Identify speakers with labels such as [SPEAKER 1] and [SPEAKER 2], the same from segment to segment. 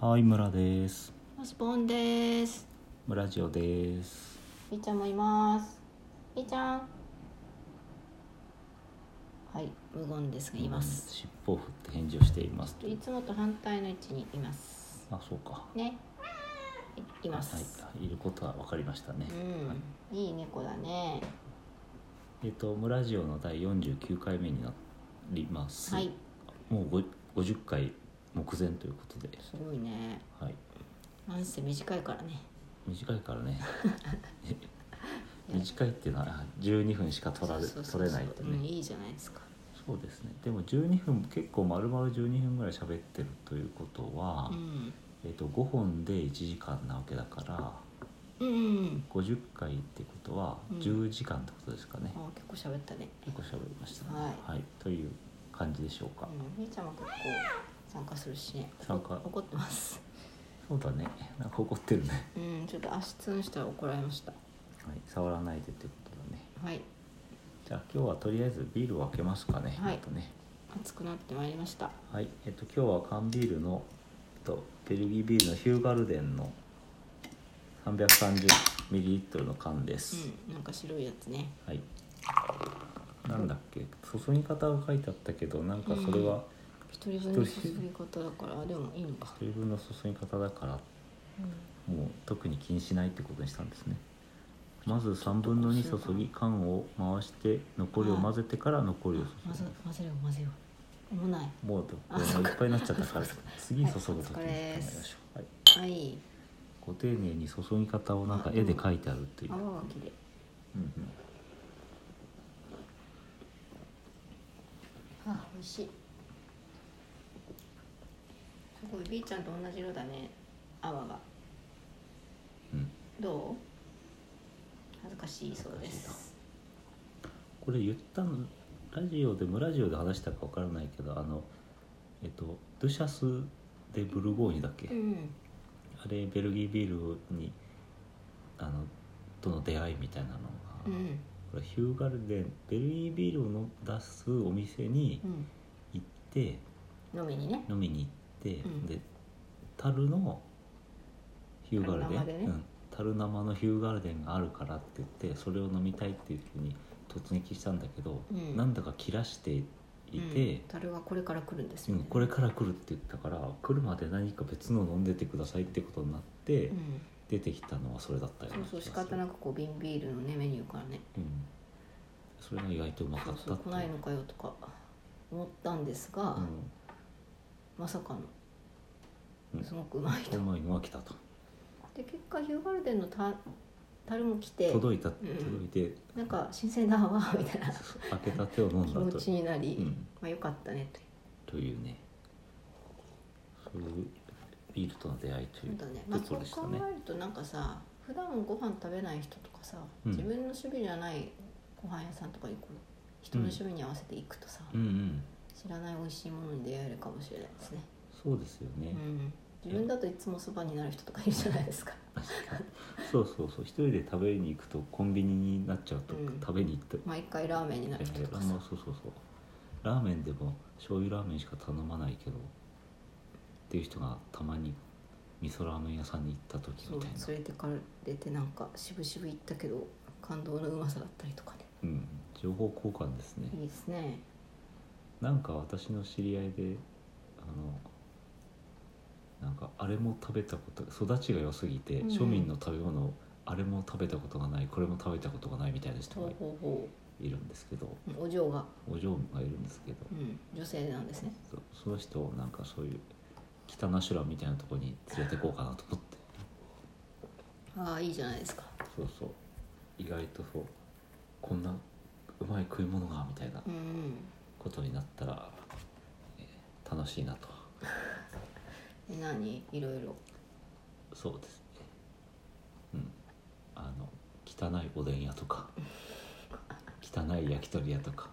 [SPEAKER 1] はい、村です。
[SPEAKER 2] マスポンです。
[SPEAKER 1] 村ジオです。
[SPEAKER 2] みーちゃんもいます。みーちゃん。はい、無言ですがいます。
[SPEAKER 1] 尻尾を振って返事をしています。
[SPEAKER 2] いつもと反対の位置にいます。
[SPEAKER 1] あ、そうか。
[SPEAKER 2] ね。いいます。
[SPEAKER 1] はい、いることは分かりましたね。
[SPEAKER 2] うん、いい猫だね。
[SPEAKER 1] えっと、村ジオの第49回目になります。
[SPEAKER 2] はい、
[SPEAKER 1] もうご50回目前ということで、
[SPEAKER 2] すごいね。
[SPEAKER 1] はい、
[SPEAKER 2] なんせ短いからね。
[SPEAKER 1] 短いから ね。短いっていうのは12分しか取られ
[SPEAKER 2] そうそうそう
[SPEAKER 1] 取れないと
[SPEAKER 2] うん
[SPEAKER 1] ね。
[SPEAKER 2] いいじゃないですか。
[SPEAKER 1] そうですね。でも12分結構丸々12分ぐらい喋ってるということは、
[SPEAKER 2] うん。
[SPEAKER 1] えっと5本で1時間なわけだから。
[SPEAKER 2] うんうんうん。
[SPEAKER 1] 50回ってことは
[SPEAKER 2] うん
[SPEAKER 1] 10時間ってことですかね、
[SPEAKER 2] あ、結構喋ったね。
[SPEAKER 1] 結構喋りましたね、
[SPEAKER 2] はい
[SPEAKER 1] という感じでしょうか
[SPEAKER 2] う、ん、みーちゃんも結構参加するしね。
[SPEAKER 1] 参加
[SPEAKER 2] 怒ってます。
[SPEAKER 1] そうだねなんか怒ってるね、
[SPEAKER 2] うん、ちょっと足つんしたら怒られました。
[SPEAKER 1] はい、触らないでってことだね
[SPEAKER 2] はい、
[SPEAKER 1] じゃあ今日はとりあえずビールを開けますかね、
[SPEAKER 2] はい
[SPEAKER 1] あとね
[SPEAKER 2] 暑くなってまいりました。
[SPEAKER 1] はいえっと今日は缶ビールの、えっと、ベルギービールのヒューガルデンの 330ml の缶です、
[SPEAKER 2] うん、なんか白いやつね。
[SPEAKER 1] はい。なんだっけ注ぎ方が書いてあったけどなんかそれは
[SPEAKER 2] 一人分の注ぎ方だから、でもいいのか。
[SPEAKER 1] 一人分の注ぎ方だからもう特に気にしないってことにしたんですねまず3分の2注ぎ缶を回して残りを混ぜてから残りを注
[SPEAKER 2] 混ぜ
[SPEAKER 1] ぐ、
[SPEAKER 2] 混ぜるよ混ぜよう。もうない。
[SPEAKER 1] もう
[SPEAKER 2] あ
[SPEAKER 1] もう
[SPEAKER 2] そう
[SPEAKER 1] い
[SPEAKER 2] か
[SPEAKER 1] っぱいになっちゃったから次注ぐ時に考
[SPEAKER 2] はいお疲
[SPEAKER 1] え
[SPEAKER 2] れ
[SPEAKER 1] ま
[SPEAKER 2] っ
[SPEAKER 1] し
[SPEAKER 2] す
[SPEAKER 1] ょう、はい、
[SPEAKER 2] はい。
[SPEAKER 1] ご丁寧に注ぎ方をなんか絵で描いてあるっていう、
[SPEAKER 2] 泡
[SPEAKER 1] うん
[SPEAKER 2] が綺麗。
[SPEAKER 1] うん、
[SPEAKER 2] あ、美味しい。すごい、B ちゃんと同じ色だね。泡が。
[SPEAKER 1] うん
[SPEAKER 2] どう恥ずかしいそうです。
[SPEAKER 1] これ言ったのラジオでもラジオで話したかわからないけどあのえっとドゥシャス・でブルゴーニュだっけ、
[SPEAKER 2] うん。
[SPEAKER 1] あれベルギービールにあのとの出会いみたいなのが、
[SPEAKER 2] うん。
[SPEAKER 1] これヒューガルデンベルギービールをの出すお店に
[SPEAKER 2] うん。
[SPEAKER 1] 行って、
[SPEAKER 2] 飲みにね。
[SPEAKER 1] 飲みに行って、
[SPEAKER 2] うん
[SPEAKER 1] で樽のヒューガルデン
[SPEAKER 2] 樽生でね
[SPEAKER 1] うん、樽生のヒューガルデンがあるからって言ってそれを飲みたいっていうふうに突撃したんだけど、
[SPEAKER 2] うん
[SPEAKER 1] なんだか切らしていて。
[SPEAKER 2] うん樽はこれから来るんです
[SPEAKER 1] う
[SPEAKER 2] よ、
[SPEAKER 1] ん
[SPEAKER 2] ね。
[SPEAKER 1] これ。から来るって言ったから来るまで何か別の飲んでてくださいってことになって、
[SPEAKER 2] うん。
[SPEAKER 1] 出てきたのはそれだったよ
[SPEAKER 2] そうそう、仕方な
[SPEAKER 1] く、
[SPEAKER 2] くこう瓶ビールのね、メニューからね。
[SPEAKER 1] うん、それが意外とうまか
[SPEAKER 2] そ
[SPEAKER 1] っ
[SPEAKER 2] う
[SPEAKER 1] た
[SPEAKER 2] そう
[SPEAKER 1] って
[SPEAKER 2] 来ないのかよとか思ったんですが、まさか
[SPEAKER 1] うん
[SPEAKER 2] のすごくうまいと、
[SPEAKER 1] うん、うまいのが来たと
[SPEAKER 2] で結果ヒューガルデンのた樽も来て
[SPEAKER 1] 届いた
[SPEAKER 2] ん
[SPEAKER 1] 届いて
[SPEAKER 2] なんか新鮮だわみたいな
[SPEAKER 1] 開けた手を飲ん
[SPEAKER 2] 気
[SPEAKER 1] だ
[SPEAKER 2] 持
[SPEAKER 1] と
[SPEAKER 2] ちになり、
[SPEAKER 1] うん
[SPEAKER 2] まあよかったねと
[SPEAKER 1] というねそういうビールとの出会いとい
[SPEAKER 2] そううだねまあ
[SPEAKER 1] とこ
[SPEAKER 2] そう
[SPEAKER 1] ろでした
[SPEAKER 2] 考
[SPEAKER 1] ね
[SPEAKER 2] えるとなんかさ普段ご飯食べない人とかさ、
[SPEAKER 1] うん
[SPEAKER 2] 自分の趣味じゃないご飯屋さんとか行く人の趣味に合わせて行くとさ、
[SPEAKER 1] うんうん
[SPEAKER 2] 知らない美味しいものに出会えるかもしれないですね、
[SPEAKER 1] そうですよね
[SPEAKER 2] う、ん、自分だといつもそばになる人とかいるじゃないですか
[SPEAKER 1] そうそうそう一人で食べに行くとコンビニになっちゃうと、
[SPEAKER 2] うん
[SPEAKER 1] 食べに行って
[SPEAKER 2] 毎回ラーメンになる人と
[SPEAKER 1] あ
[SPEAKER 2] かさ
[SPEAKER 1] のそうそうそうラーメンでも醤油ラーメンしか頼まないけどっていう人がたまに味噌ラーメン屋さんに行った時
[SPEAKER 2] そ
[SPEAKER 1] み
[SPEAKER 2] う
[SPEAKER 1] たいな
[SPEAKER 2] 連れてかれてなんか渋々行ったけど感動のうまさだったりとかね
[SPEAKER 1] うん、情報交換ですね、
[SPEAKER 2] いいですね
[SPEAKER 1] なんか私の知り合いであのなんかあれも食べたこと育ちが良すぎて、
[SPEAKER 2] うん
[SPEAKER 1] 庶民の食べ物あれも食べたことがないこれも食べたことがないみたいな人
[SPEAKER 2] ほ
[SPEAKER 1] が
[SPEAKER 2] うほうほ
[SPEAKER 1] いるんですけど
[SPEAKER 2] うお嬢が、
[SPEAKER 1] お嬢がいるんですけど
[SPEAKER 2] うん、女性なんですね
[SPEAKER 1] そその人をなんかそういう北ナシュラみたいなとこに連れてこうかなと思って
[SPEAKER 2] ああいいじゃないですか
[SPEAKER 1] そうそう意外とそうこんなうまい食い物がみたいな
[SPEAKER 2] うんうん
[SPEAKER 1] ことになったら、えー楽しいなと
[SPEAKER 2] え何いろいろ
[SPEAKER 1] そうですねうんあの汚いおでん屋とか汚い焼き鳥屋とか、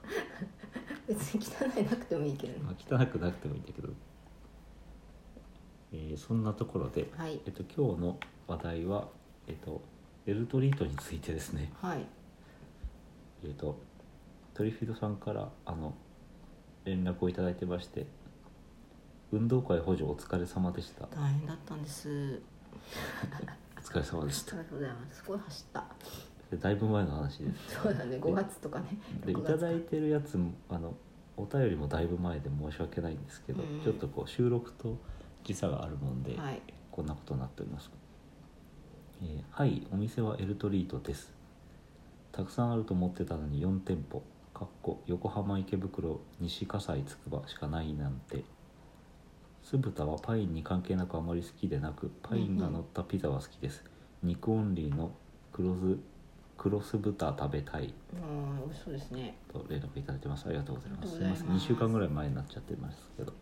[SPEAKER 2] 別に汚いなくてもいいけどね
[SPEAKER 1] まあ、汚くなくてもいいんだけど、えーそんなところで、
[SPEAKER 2] はい
[SPEAKER 1] えっと、今日の話題は、えっと、エルトリートについてですね
[SPEAKER 2] はい
[SPEAKER 1] えっとトリフィードさんからあの連絡をいただいてまして運動会補助お疲れ様でした
[SPEAKER 2] 大変だったんです
[SPEAKER 1] お疲れ様でし
[SPEAKER 2] あ
[SPEAKER 1] た
[SPEAKER 2] りがとうございますすごい走った
[SPEAKER 1] でだいぶ前の話です
[SPEAKER 2] そうだね5月とかね
[SPEAKER 1] でい
[SPEAKER 2] 6
[SPEAKER 1] た
[SPEAKER 2] 月
[SPEAKER 1] だいてるやつもあのお便りもだいぶ前で申し訳ないんですけど、
[SPEAKER 2] うん
[SPEAKER 1] ちょっとこう収録と時差があるもんで、
[SPEAKER 2] はい
[SPEAKER 1] こんなことになっております、えーはいお店はエルトリートですたくさんあると思ってたのに4店舗かっこ横浜池袋西葛西つくばしかないなんて酢豚はパインに関係なくあまり好きでなくパインが乗ったピザは好きです、肉オンリーの黒酢黒酢豚食べたい
[SPEAKER 2] うん美味しそうですね
[SPEAKER 1] と連絡いただいてますありがとうございます
[SPEAKER 2] あ
[SPEAKER 1] す
[SPEAKER 2] り
[SPEAKER 1] い
[SPEAKER 2] がとうござい
[SPEAKER 1] ま
[SPEAKER 2] ます
[SPEAKER 1] せん2週間ぐらい前になっちゃってますけど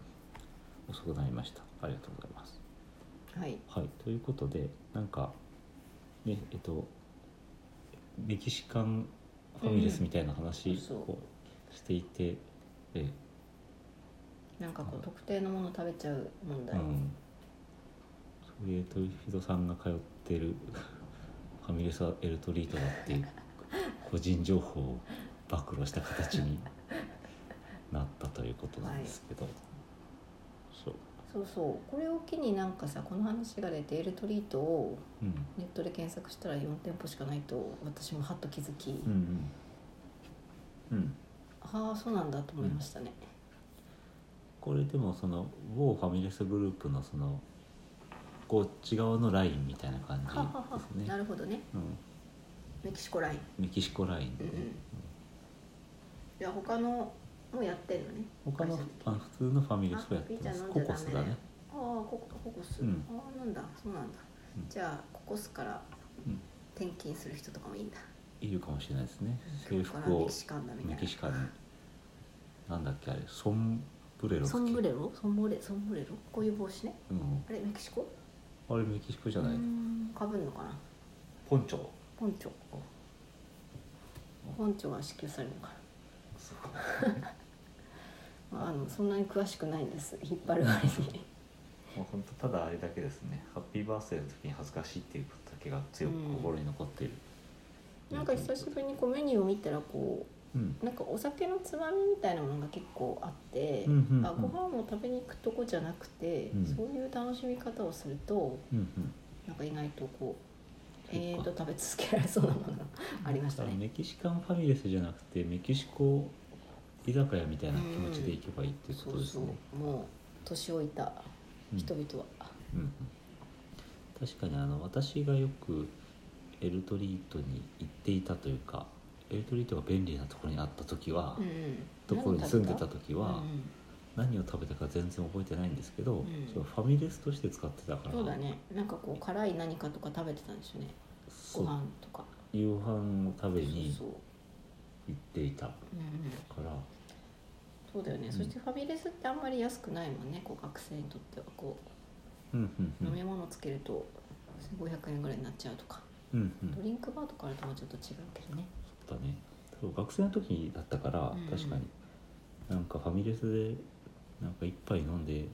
[SPEAKER 1] 遅くなりましたありがとうございます
[SPEAKER 2] はい
[SPEAKER 1] はい、ということでなんかねえっとメキシカンファミレスみたいな話
[SPEAKER 2] うんそう
[SPEAKER 1] をしていて、え
[SPEAKER 2] なんかこう特定のもの食べちゃう問
[SPEAKER 1] え
[SPEAKER 2] 題、
[SPEAKER 1] うん、それでトリフィドさんが通ってる ファミレスはエルトリートだっていう 個人情報を暴露した形になったということなんですけど、そう、
[SPEAKER 2] そうそうこれを機になんかさこの話が出てエルトリートを
[SPEAKER 1] うん、
[SPEAKER 2] ネットで検索したら4店舗しかないと私もハッと気づき、
[SPEAKER 1] うんうんうん
[SPEAKER 2] ああそうなんだと思いましたね、
[SPEAKER 1] これでもその某ファミレスグループのそのこっち側のラインみたいな感
[SPEAKER 2] ははは
[SPEAKER 1] じです
[SPEAKER 2] な
[SPEAKER 1] ね、
[SPEAKER 2] るほどね
[SPEAKER 1] うん、
[SPEAKER 2] メキシコライン
[SPEAKER 1] メキシコラインで、ね
[SPEAKER 2] うんうんいや他のもやってんのね
[SPEAKER 1] 他の
[SPEAKER 2] 会社
[SPEAKER 1] あ普通のファミレスをやって
[SPEAKER 2] あピーち
[SPEAKER 1] ま
[SPEAKER 2] ゃん
[SPEAKER 1] す
[SPEAKER 2] 飲ん
[SPEAKER 1] コ
[SPEAKER 2] じゃダメ
[SPEAKER 1] コスだね、
[SPEAKER 2] ああココココス、
[SPEAKER 1] うん
[SPEAKER 2] ああなんだそうなんだ、
[SPEAKER 1] うん
[SPEAKER 2] じゃあココスから
[SPEAKER 1] うん、
[SPEAKER 2] 転勤する人とかもいいんだ
[SPEAKER 1] いるかもしれないですね制
[SPEAKER 2] 今日から
[SPEAKER 1] 服
[SPEAKER 2] メ
[SPEAKER 1] を
[SPEAKER 2] キシカンだみたい
[SPEAKER 1] メ
[SPEAKER 2] な
[SPEAKER 1] キシカンになんだっけあれソンブレロだっけ
[SPEAKER 2] ソンブレロソンブレソンブレロこういう帽子ね
[SPEAKER 1] うん、
[SPEAKER 2] あれメキシコ
[SPEAKER 1] あれメキシコじゃない、
[SPEAKER 2] かぶんのかな
[SPEAKER 1] ポンチョ
[SPEAKER 2] ポンチョポンチョが支給されるのかな、まあ、あのそんなに詳しくないんです引っ張る割に
[SPEAKER 1] もう本当ただあれだけですねハッピーバースデーの時に恥ずかしいっていうことだけが強く心に残っている、
[SPEAKER 2] なんか久しぶりにこうメニューを見たらこ
[SPEAKER 1] うん
[SPEAKER 2] うなんかお酒のつまみみたいなものが結構あって、
[SPEAKER 1] うんうんうん
[SPEAKER 2] あご飯を食べに行くとこじゃなくて、
[SPEAKER 1] うん
[SPEAKER 2] そういう楽しみ方をすると
[SPEAKER 1] うんうん
[SPEAKER 2] なんか意外とこう
[SPEAKER 1] そっか
[SPEAKER 2] 永遠と食べ続けられそうなものがありましたね。
[SPEAKER 1] メキシカンファミレスじゃなくてメキシコ居酒屋みたいな気持ちで行けばいいっていうこ
[SPEAKER 2] そ
[SPEAKER 1] と
[SPEAKER 2] う
[SPEAKER 1] です
[SPEAKER 2] そう
[SPEAKER 1] ね。
[SPEAKER 2] もう年老いた
[SPEAKER 1] うん
[SPEAKER 2] 人々は、
[SPEAKER 1] うんうん確かにあの私がよくエルトリートに行っていたというかエルトリートが便利なところにあった時は、
[SPEAKER 2] うん
[SPEAKER 1] ところに住んでた時
[SPEAKER 2] は
[SPEAKER 1] は、何を食べたか全然覚えてないんですけど、
[SPEAKER 2] ん
[SPEAKER 1] そうファミレスとして使ってたから
[SPEAKER 2] そうだねなんかこう辛い何かとか食べてたんですよね
[SPEAKER 1] そ
[SPEAKER 2] ご
[SPEAKER 1] う
[SPEAKER 2] 飯とか
[SPEAKER 1] 夕飯を食べに
[SPEAKER 2] そうそう
[SPEAKER 1] 行っていたか
[SPEAKER 2] うんうん
[SPEAKER 1] ら
[SPEAKER 2] そうだよね、
[SPEAKER 1] うん
[SPEAKER 2] そしてファミレスってあんまり安くないもんねこう学生にとってはこ
[SPEAKER 1] うんう
[SPEAKER 2] う、
[SPEAKER 1] んう
[SPEAKER 2] 飲
[SPEAKER 1] ん
[SPEAKER 2] み物つけると500円ぐらいになっちゃうとか、
[SPEAKER 1] うんうん
[SPEAKER 2] ドリンクバーとかあるともうちょっと違うけどね
[SPEAKER 1] だねそう学生の時だったから、
[SPEAKER 2] うん
[SPEAKER 1] 確かになんかファミレスでなんか一杯飲んで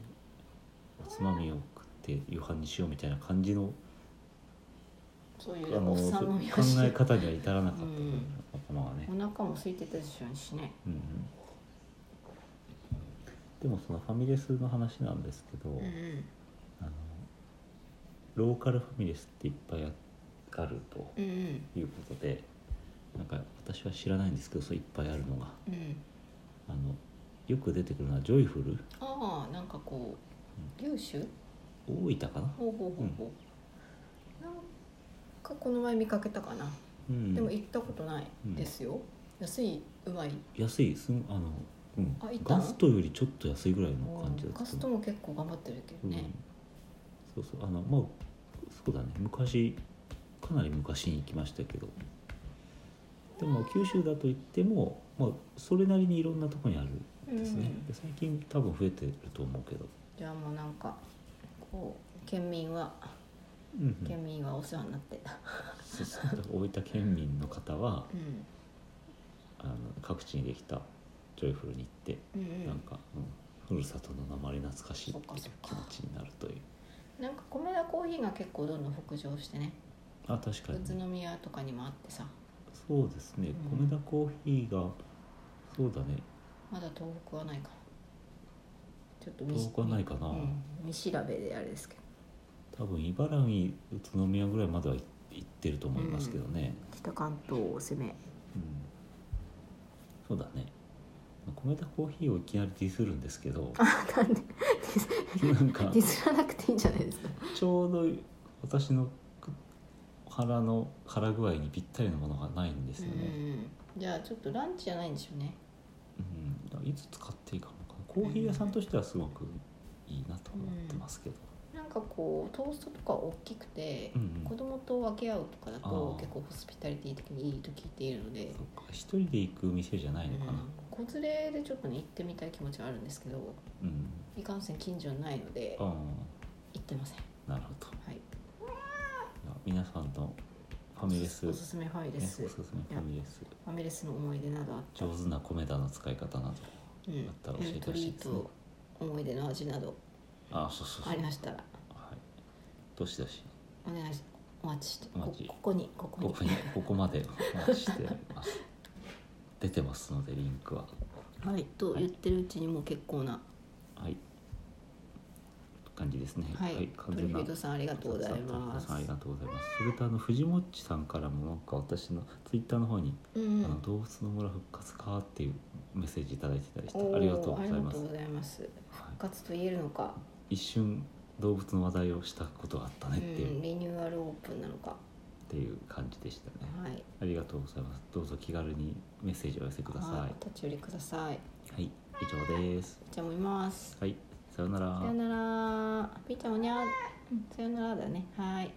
[SPEAKER 1] おつまみを食って夕飯にしようみたいな感じの
[SPEAKER 2] そうい
[SPEAKER 1] あ
[SPEAKER 2] うなんか
[SPEAKER 1] の
[SPEAKER 2] おっ
[SPEAKER 1] そ
[SPEAKER 2] さん
[SPEAKER 1] う
[SPEAKER 2] 飲みを
[SPEAKER 1] 考
[SPEAKER 2] し
[SPEAKER 1] え
[SPEAKER 2] て
[SPEAKER 1] 方には至らなかった、
[SPEAKER 2] うん
[SPEAKER 1] 頭がね
[SPEAKER 2] お、腹も空いてたでしょうしね
[SPEAKER 1] うんうん、でもそのファミレスの話なんですけど、
[SPEAKER 2] うんうん
[SPEAKER 1] あのローカルファミレスっていっぱいああると
[SPEAKER 2] うんうん
[SPEAKER 1] いうことでなんか私は知らないんですけどそういっぱいあるのが。
[SPEAKER 2] うん
[SPEAKER 1] あのよく出てくるのはジョイフル
[SPEAKER 2] ああなんかこう九州
[SPEAKER 1] 大分かな、
[SPEAKER 2] ほうほうほうほう、なんかこの前見かけたかな、
[SPEAKER 1] うん、
[SPEAKER 2] でも行ったことないですよ、安いうまい
[SPEAKER 1] 安いすんあの、うん
[SPEAKER 2] あ行った
[SPEAKER 1] ガ
[SPEAKER 2] の
[SPEAKER 1] ストよりちょっと安いぐらいの感じだった
[SPEAKER 2] ガストも結構頑張ってるけどね、
[SPEAKER 1] うん、そうそうあのまあそうだね昔かなり昔に行きましたけどでも九州だと言っても、まあ、それなりにいろんなとこにあるんですね、
[SPEAKER 2] うん
[SPEAKER 1] で最近多分増えてると思うけど、
[SPEAKER 2] じゃあもうなんかこう県民は
[SPEAKER 1] うんうん
[SPEAKER 2] 県民はお世話になってた、
[SPEAKER 1] そうそう大分県民の方は
[SPEAKER 2] うん
[SPEAKER 1] あの各地にできたジョイフルに行って
[SPEAKER 2] うんう
[SPEAKER 1] なん
[SPEAKER 2] ん、
[SPEAKER 1] か、うん、ふるさとの名前懐かしいって
[SPEAKER 2] そ
[SPEAKER 1] いう
[SPEAKER 2] っかそっ
[SPEAKER 1] 気
[SPEAKER 2] か
[SPEAKER 1] 持ちになるという
[SPEAKER 2] なんか米田コーヒーが結構どんどん北上してね
[SPEAKER 1] あ確か
[SPEAKER 2] 宇都
[SPEAKER 1] に
[SPEAKER 2] 宮とかにもあってさ
[SPEAKER 1] そうですね、
[SPEAKER 2] う
[SPEAKER 1] 米
[SPEAKER 2] ん
[SPEAKER 1] 田コーヒーがそうだね
[SPEAKER 2] まだ東北はないかちょっと見
[SPEAKER 1] 遠くはないかな
[SPEAKER 2] うん見調べであれですけど
[SPEAKER 1] 多分茨城宇都宮ぐらいまでは行行ってると思いますけどね、
[SPEAKER 2] 北関東を攻め
[SPEAKER 1] うんそうだね米田コーヒーをいきなりディスるんですけ ど
[SPEAKER 2] あなんで
[SPEAKER 1] なんか
[SPEAKER 2] ディスらなくていいんじゃないですか
[SPEAKER 1] ちょうど私の腹の腹具合にぴったりのものがないんですよ
[SPEAKER 2] う
[SPEAKER 1] ね、
[SPEAKER 2] んじゃあちょっとランチじゃないんでしょうね
[SPEAKER 1] うんだからいつ使っていいかなコーヒー屋さんとしてはすごくいいなと思ってますけど、
[SPEAKER 2] なんかこうトーストとか大きくて、
[SPEAKER 1] うんうん
[SPEAKER 2] 子供と分け合うとかだと
[SPEAKER 1] あー
[SPEAKER 2] 結構ホスピタリティ的にいいと聞いているので
[SPEAKER 1] そっか一人で行く店じゃないのかな、
[SPEAKER 2] うん子連れでちょっとね行ってみたい気持ちはあるんですけど
[SPEAKER 1] うん
[SPEAKER 2] いかんせん近所にないので
[SPEAKER 1] あ
[SPEAKER 2] 行ってません
[SPEAKER 1] あなるほど
[SPEAKER 2] はい
[SPEAKER 1] いや皆さんのファミレス
[SPEAKER 2] おすすめファミレス、
[SPEAKER 1] ねおすすめファミレス
[SPEAKER 2] ファミレスの思い出などあった
[SPEAKER 1] 上
[SPEAKER 2] ら、
[SPEAKER 1] 手な米田の使い方など
[SPEAKER 2] うん、エ
[SPEAKER 1] だったら教え
[SPEAKER 2] ル
[SPEAKER 1] て
[SPEAKER 2] ト
[SPEAKER 1] ほし
[SPEAKER 2] リ
[SPEAKER 1] い
[SPEAKER 2] ー
[SPEAKER 1] ですね
[SPEAKER 2] ト思い出の味など
[SPEAKER 1] あそうそうそう
[SPEAKER 2] ありましたら
[SPEAKER 1] はいどしどし
[SPEAKER 2] お願いしお待ちして
[SPEAKER 1] お
[SPEAKER 2] こ
[SPEAKER 1] 待ち
[SPEAKER 2] ここにここ
[SPEAKER 1] こ
[SPEAKER 2] に
[SPEAKER 1] こにここまでお待ちしております出てますのでリンクは
[SPEAKER 2] はいと言ってるうちにもう結構な
[SPEAKER 1] はい感じですね
[SPEAKER 2] はい、
[SPEAKER 1] 完
[SPEAKER 2] トリ
[SPEAKER 1] 全
[SPEAKER 2] フ
[SPEAKER 1] な
[SPEAKER 2] ィードさんありがとうございま
[SPEAKER 1] さんあり
[SPEAKER 2] す
[SPEAKER 1] がとうございますそれとあの藤もっちさんからもなんか私のツイッターの方に
[SPEAKER 2] うん
[SPEAKER 1] あの動物の村復活かっていうメッセージいただいてたりして
[SPEAKER 2] おー
[SPEAKER 1] ありがとうござい
[SPEAKER 2] ありが
[SPEAKER 1] ま
[SPEAKER 2] と
[SPEAKER 1] す、
[SPEAKER 2] う
[SPEAKER 1] は
[SPEAKER 2] ございます復活と言えるのか、
[SPEAKER 1] い、一瞬動物の話題をしたことがあった
[SPEAKER 2] う
[SPEAKER 1] ねっていう、
[SPEAKER 2] ん、
[SPEAKER 1] っ
[SPEAKER 2] リニューアルオープンなのか
[SPEAKER 1] ていう感じでしたね
[SPEAKER 2] はい
[SPEAKER 1] ありがとうございますどうぞ気軽にメッセージをお寄せください
[SPEAKER 2] は
[SPEAKER 1] はい
[SPEAKER 2] お立ち寄りください
[SPEAKER 1] い、以上です
[SPEAKER 2] じゃあもういます
[SPEAKER 1] はいさよう
[SPEAKER 2] さよなら。ピーちゃんおにゃー。うんさよならだね。はーい。